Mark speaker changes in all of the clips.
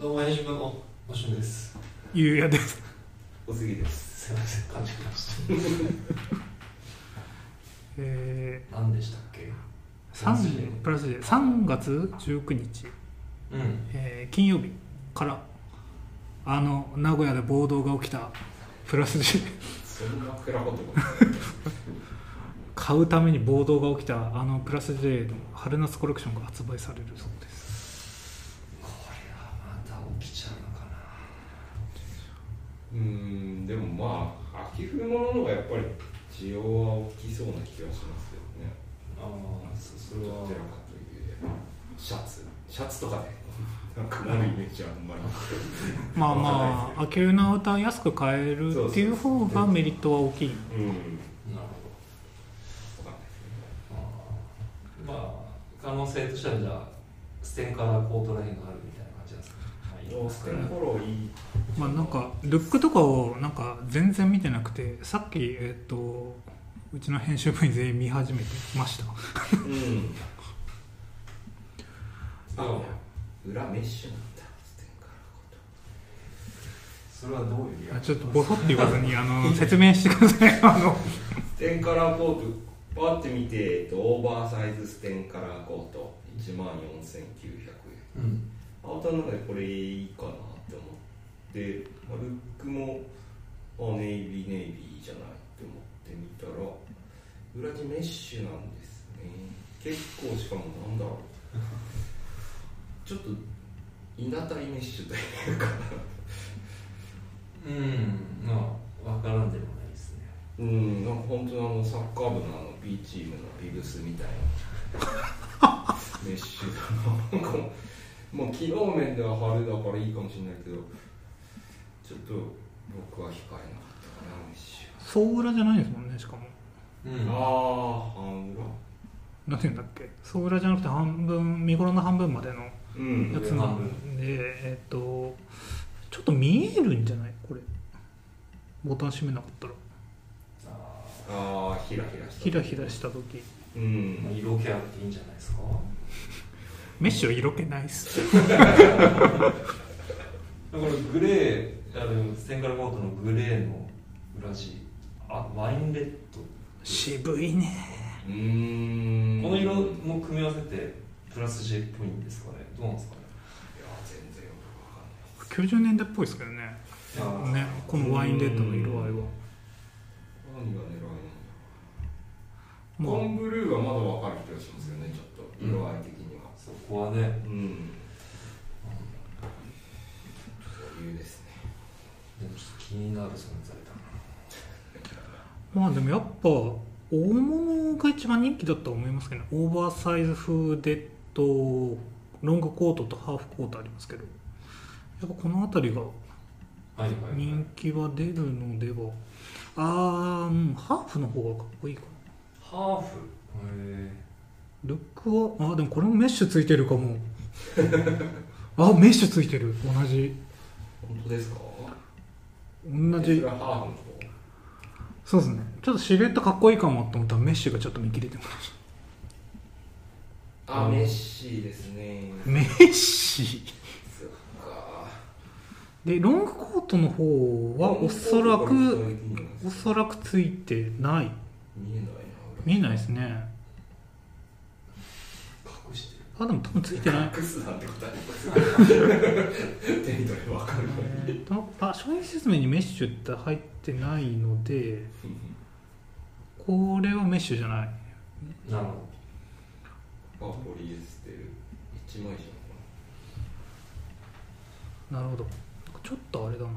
Speaker 1: どうも編集部のおしゅんです
Speaker 2: ゆうやです
Speaker 3: おすぎで
Speaker 1: す
Speaker 3: す。
Speaker 1: いません感じまし
Speaker 2: え
Speaker 1: た何でしたっけ
Speaker 2: ー、3プラスで3月19日、
Speaker 1: うん
Speaker 2: えー金曜日からあの名古屋で暴動が起きたプラスで
Speaker 3: そんな暗いこと。
Speaker 2: 買うために暴動が起きたあのプラス J の春夏コレクションが発売されるそうです
Speaker 1: これはまた起きちゃうのかな
Speaker 3: うーん、でもまあ、秋冬物の方がやっぱり需要は大きそうな気がしますけどね。
Speaker 1: ああそそれ
Speaker 3: ど
Speaker 1: は
Speaker 3: ちらかというとシャツ、シャツとかで。なんかなるイメージはあんまり。
Speaker 2: まあ
Speaker 3: わかんない
Speaker 2: ま
Speaker 3: です
Speaker 2: あ秋冬の歌安く買えるっていう方がメリットは大きい
Speaker 3: うん、
Speaker 1: な
Speaker 3: わ
Speaker 1: る
Speaker 3: かんないです
Speaker 1: ほどあーまあ可能性としてはじゃあステンからコートラインがあるみたいな感じなんですかまあいい
Speaker 3: ね。どうしてもフォローいい。
Speaker 2: まあなんかルックとかをなんか全然見てなくてさっきえっ、とうちの編集部員全員見始めてました
Speaker 3: うん。
Speaker 1: あ
Speaker 3: 裏メッシュなんだ。ステンカラーこと。
Speaker 1: それはどういうリア
Speaker 2: あ
Speaker 1: ク
Speaker 2: ち
Speaker 1: シ
Speaker 2: ょ
Speaker 1: ョ
Speaker 2: っ
Speaker 1: ン
Speaker 2: とボソって言わずにあの説明してください あの
Speaker 3: ステンカラーコート、パって見て、えっと、オーバーサイズステンカラーコート、1万4900
Speaker 1: う
Speaker 3: 円。
Speaker 1: ん
Speaker 3: 青田の中でこれいいかなって思って、まあルックもあネイビーネイビーじゃないって思ってみたら裏地メッシュなんですね結構しかもなんだろうちょっと稲たりメッシュというか
Speaker 1: うんまあ分からんでもないですね
Speaker 3: うんなんか本当にあのサッカー部のあの B チームのビブスみたい なメッシュがなんかもう機能面では晴れだからいいかもしれないけどちょっと僕は控えなかったかなメッシ
Speaker 2: 総裏じゃないですもんねしかも
Speaker 1: うん
Speaker 3: ュはああ半
Speaker 2: 何て言うんだっけ総裏じゃなくて半分見頃の半分までの
Speaker 3: 裏うん
Speaker 2: やつなんでえっ、とちょっと見えるんじゃないこれボタン閉めなかったら
Speaker 1: あ
Speaker 3: ああひらひらした
Speaker 2: ひらひらした時
Speaker 3: う
Speaker 1: ーまあ
Speaker 3: ん
Speaker 1: 色気あっていいんじゃないですか
Speaker 2: メッシュは色気ないっす
Speaker 1: だからグレーあのステンカラコートのグレーの裏地あワインレッド、
Speaker 2: 渋いね
Speaker 3: うーん
Speaker 1: この色
Speaker 3: いや
Speaker 1: も組み合わせてプラス J っぽいんですかねどうなんですかね
Speaker 3: 全然よく
Speaker 2: 90年代っぽいですけどね
Speaker 1: あー
Speaker 2: ねこのワインレッドの色合いは
Speaker 3: わかんない何が狙いなんだろうコ
Speaker 2: も
Speaker 3: ンブルーはまだわかる気がしますよねちょっと色合い的には
Speaker 1: そこはね
Speaker 3: うん余裕ですね
Speaker 1: でもちょっと気になる存在だな
Speaker 2: うまあでもやっぱ大物が一番人気だとは思いますけどねオーバーサイズ風でとロングコートとハーフコートありますけどやっぱこの辺りが
Speaker 1: はいはいはい
Speaker 2: 人気は出るのではあーうんハーフの方がかっこいいかな
Speaker 1: ハーフへ
Speaker 2: ルックはあでもこれもメッシュついてるか もあメッシュついてる同じ
Speaker 3: 本当ですか
Speaker 2: 同
Speaker 3: えそ
Speaker 2: じ
Speaker 3: れはハーフの方
Speaker 2: そうですねちょっとシルエットかっこいいかもと思ったらメッシュがちょっと見切れてまし
Speaker 3: あメッシーですね
Speaker 2: たメッシ
Speaker 3: そっか
Speaker 2: でロングコートの方はおそらくおそらくついてない
Speaker 3: 見えないな
Speaker 2: 見えないですね
Speaker 1: ー隠してる
Speaker 2: あでも多分ついてない
Speaker 3: 隠すなんてことあります 手に取ればわかるのに
Speaker 2: えーとあ商品説明にメッシュって入ってないのでこれはメッシュじゃない
Speaker 1: なるほ
Speaker 3: あポリエステル一枚じゃ
Speaker 2: なるほどちょっとあれだな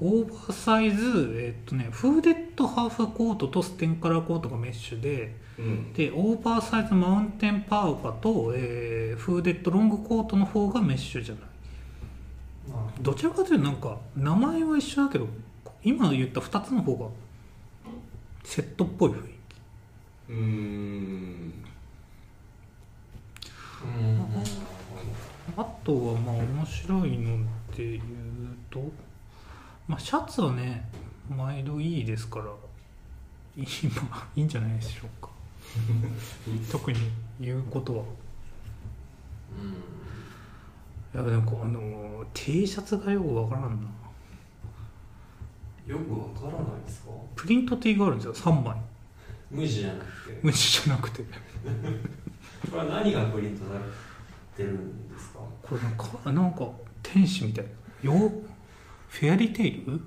Speaker 2: オーバーサイズえっとねフーデッドハーフコートとステンカラーコートがメッシュで
Speaker 3: んうん
Speaker 2: でオーバーサイズマウンテンパーカと、えーフーデッドロングコートの方がメッシュじゃない
Speaker 1: どなるほど
Speaker 2: どちらかというとなんか名前は一緒だけど今言った2つの方がセットっぽい雰囲
Speaker 3: うーん
Speaker 1: うんなる
Speaker 2: 気あとはまあ面白いのっていうと、まあ、シャツはね毎度いいですから今いいんじゃないでしょうか特に言うことは
Speaker 1: ほどうん
Speaker 2: えやでもこの T シャツがよくわからんな
Speaker 1: よくわからないですか
Speaker 2: プリント T があるんですよ3枚
Speaker 1: 無地じゃなくて
Speaker 2: 無地じゃなくて
Speaker 1: これは何がプリントされてるんですか
Speaker 2: これなんかなんか天使みたいなよフェアリーテイル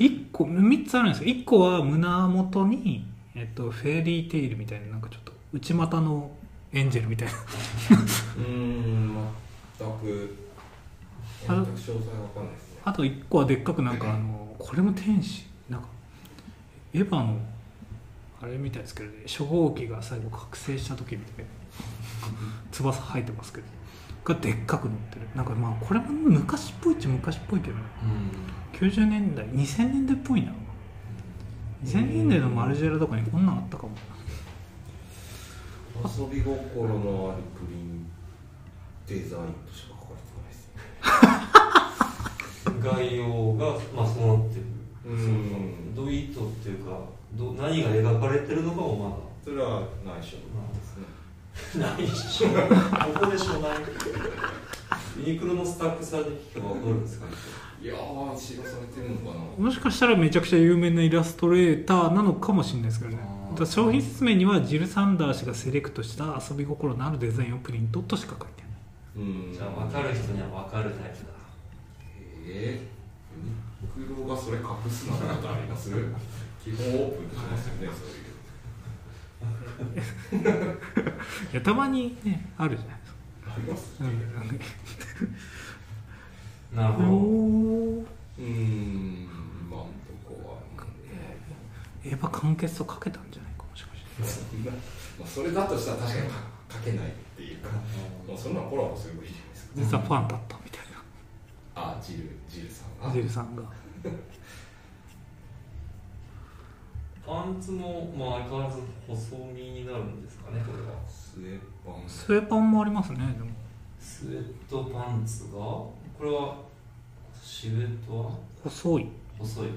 Speaker 2: 一個3つあるんですよ1個は胸元に、えっと、フェアリーテイルみたいななんかちょっと内股のエンジェルみたいな
Speaker 3: うーん全く
Speaker 2: あの
Speaker 3: 全く詳細わかんないですね
Speaker 2: あと1個はでっかくなんかあのこれも天使なんかエヴァのあれみたいですけどね初号機が最後覚醒した時みたいな翼生えてますけどがでっかく乗ってるなんかまあこれも昔っぽいっちゃ昔っぽいけどね
Speaker 1: うん
Speaker 2: 90年代2000年代っぽいな2000年代のマルジェラとかにこんなんあったかも
Speaker 3: 遊び心のあるプリンデザインとしか書かれてないです
Speaker 1: 概
Speaker 3: ね
Speaker 1: 要が、まあ、そうなってる
Speaker 3: う
Speaker 1: そ
Speaker 3: ん
Speaker 1: どういう意図っていうかど何が描かれてるのかもまだ
Speaker 3: それは内緒なんですね
Speaker 1: ないっしょここでしょないユニクロのスタッフさんに聞けば分かるんですかね
Speaker 3: いやー知らされてるのかな
Speaker 2: もしかしたらめちゃくちゃ有名なイラストレーターなのかもしれないですけどね
Speaker 1: あー
Speaker 2: だから商品説明にはジル・サンダー氏がセレクトした遊び心のあるデザインをプリントとしか書いてない
Speaker 3: うん
Speaker 1: じゃあ分かる人には分かるタイプだ
Speaker 3: えー、ユニクロがそれ隠すなんてことあります基本オープンにしますよねそう
Speaker 2: いやたまにねあるじゃないですか
Speaker 3: いうあります
Speaker 2: うんなん
Speaker 1: な
Speaker 2: か
Speaker 1: るほど
Speaker 2: おー
Speaker 3: うーん今んとこはね
Speaker 2: エヴァ完結とかけたんじゃないかもしかして
Speaker 3: そんな、まあ、それだとしたら確かにか書けないっていうか、もうそんなコラボすればいいじゃないですか
Speaker 2: 実はファンだったみたい
Speaker 3: あジルジルさん
Speaker 2: な
Speaker 3: が
Speaker 2: ジルさんが
Speaker 1: パンツも、まあ、相変わらず細身になるんですかねこれは
Speaker 3: スウェッパン
Speaker 2: スウェパンもありますねでも
Speaker 1: スウェットパンツがこれはシルエットは
Speaker 2: 細い
Speaker 1: 細い
Speaker 3: ま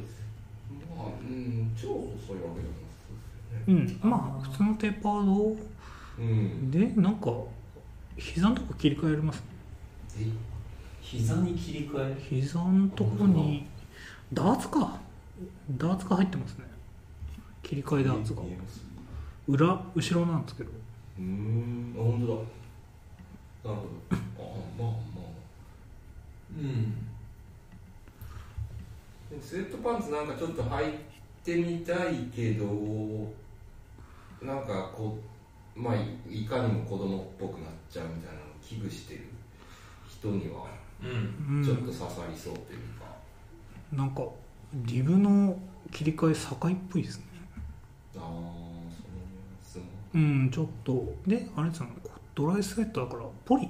Speaker 3: あうん超細いわけじゃないですよね
Speaker 2: うんまあ普通のテーパード
Speaker 3: うん
Speaker 2: でなんか膝のとこ切り替えられます
Speaker 3: え
Speaker 1: 膝に切り替え
Speaker 2: 膝のとこにダーツかダーツが入ってますね切り替えダーツが
Speaker 3: 見えます
Speaker 2: 裏後ろなんですけど
Speaker 3: うーんあ本当だなるほどあまあまあ
Speaker 1: うん
Speaker 3: でもスウェットパンツなんかちょっと履いてみたいけどなんかこうまあいいかにも子供っぽくなっちゃうみたいなのを危惧してる人には
Speaker 1: うん
Speaker 2: う
Speaker 3: ちょっと
Speaker 2: ん
Speaker 3: 刺さりそうというか、
Speaker 2: なんかリブの切り替え境っぽいですね
Speaker 3: ああそうなん
Speaker 2: うんちょっとであれですよねドライスウェットだからポリ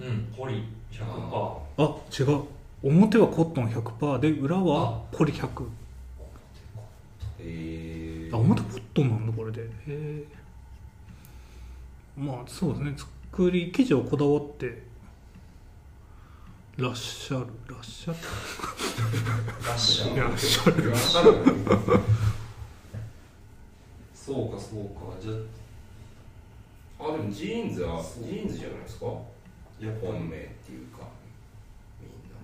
Speaker 1: うんポリ100%
Speaker 3: あ
Speaker 2: あ違う表はコットン100%で裏はポリ100
Speaker 3: え
Speaker 2: あ表コットンなんだこれでへえまあそうですね作り生地をこだわってらっしゃるらっしゃる
Speaker 1: ラッシャー
Speaker 2: らっしゃる
Speaker 3: わかる
Speaker 1: そうかそうかじゃ
Speaker 3: あでもジーンズはジーンズじゃないですか
Speaker 1: あやっぱ
Speaker 3: 本命っていうかみんな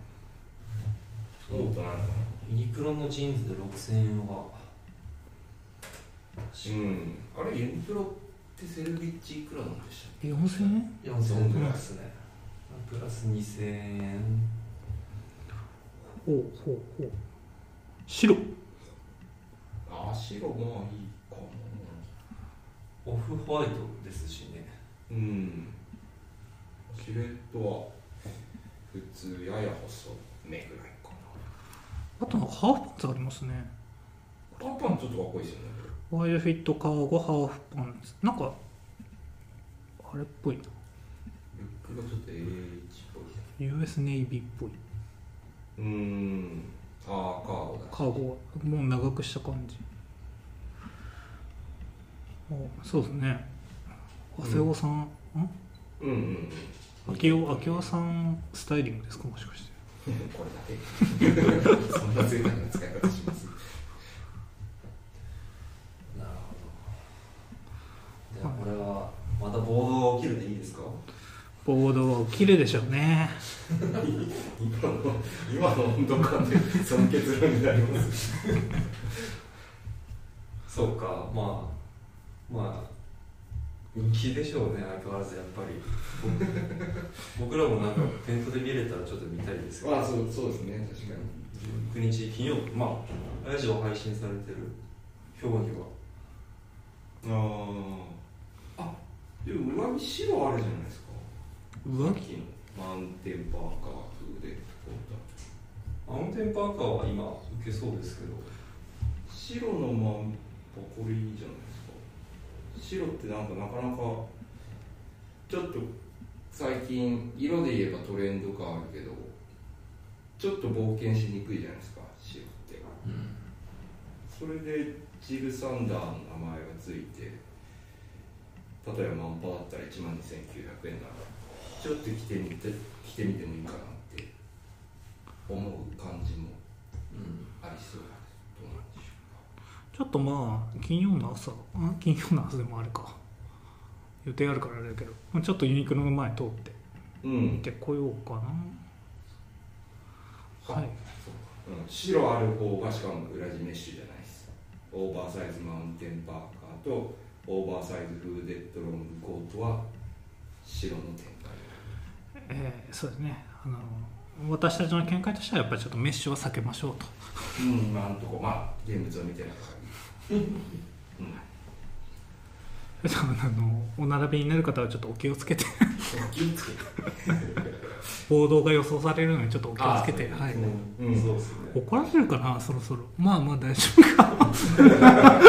Speaker 3: そうことないのかな
Speaker 1: ユニクロのジーンズで6000円は
Speaker 3: うんあれユニクロってセルビッチいくらなんでしたっけ
Speaker 2: 4000円
Speaker 1: 4000円プラスねプラス2000円
Speaker 2: ほうほうほう白
Speaker 3: あ白まあいいかも
Speaker 1: オフホワイトですしね
Speaker 3: うんシルエットは普通やや細めぐらいか
Speaker 2: あとなんかハーフパンツありますね
Speaker 3: なパンパンちょっとかっこいいですよね
Speaker 2: ワイドフィットカーゴハーフパンツなんかあれっぽいな
Speaker 3: ルックがちょっと AH っぽい
Speaker 2: US ネイビーっぽい
Speaker 3: うんああカーゴだ
Speaker 2: カーゴはもう長くした感じあそうですね長谷尾さん、ん
Speaker 3: うんうん
Speaker 2: 明夫明夫さんスタイリングですかもしかして
Speaker 3: うんこれだ けそんな贅沢な使い方します
Speaker 1: なるほどじゃあこれはまた暴動が起きるでいいですか
Speaker 2: 暴ボードは綺麗でしょうね
Speaker 3: 今の今の温度感で その結論になります
Speaker 1: そうかまあまあ人気でしょうね相変わらずやっぱり 僕らもなんかテントで見れたらちょっと見たいですけど
Speaker 3: まあそうそうですね確か
Speaker 1: 19日金曜日まあラジオ配信されてる兵庫には
Speaker 3: にあああでも裏に白あるじゃないですか
Speaker 2: 上
Speaker 3: さっきのマウンテンパーカー風でこうだ
Speaker 1: マウンテンパーカーは今受けそうですけど
Speaker 3: 白のマンパこれいいじゃないですか白ってなんかなかなかちょっと最近色で言えばトレンド感あるけどちょっと冒険しにくいじゃないですか白ってそれでジルサンダーの名前がついて例えばマンパだったら1万2900円ならちょっと着てみて着てみてもいいかなって思う感じもありそうだけどどうなんでしょうか
Speaker 2: ちょっとまあ金曜の朝あ金曜の朝でもあるか予定あるからあれだけどまあちょっとユニクロの前通って
Speaker 3: うん
Speaker 2: 見、てこようかなはい
Speaker 3: うん、白ある方がしかも裏地メッシュじゃないですオーバーサイズマウンテンパーカーとオーバーサイズフーデッドロングコートは白の展開
Speaker 2: えーそうですねあの私たちの見解としてはやっぱりちょっとメッシュは避けましょうと
Speaker 3: うん今のとこまあ現物を見てないから、うん、
Speaker 2: 多分あのお並びになる方はちょっとお気をつけて
Speaker 3: 気をつけて
Speaker 2: 暴動が予想されるのでちょっとお気をつけて、はい、
Speaker 1: う
Speaker 3: うん
Speaker 1: そうですね
Speaker 2: 怒られるかなそろそろまあまあ大丈夫か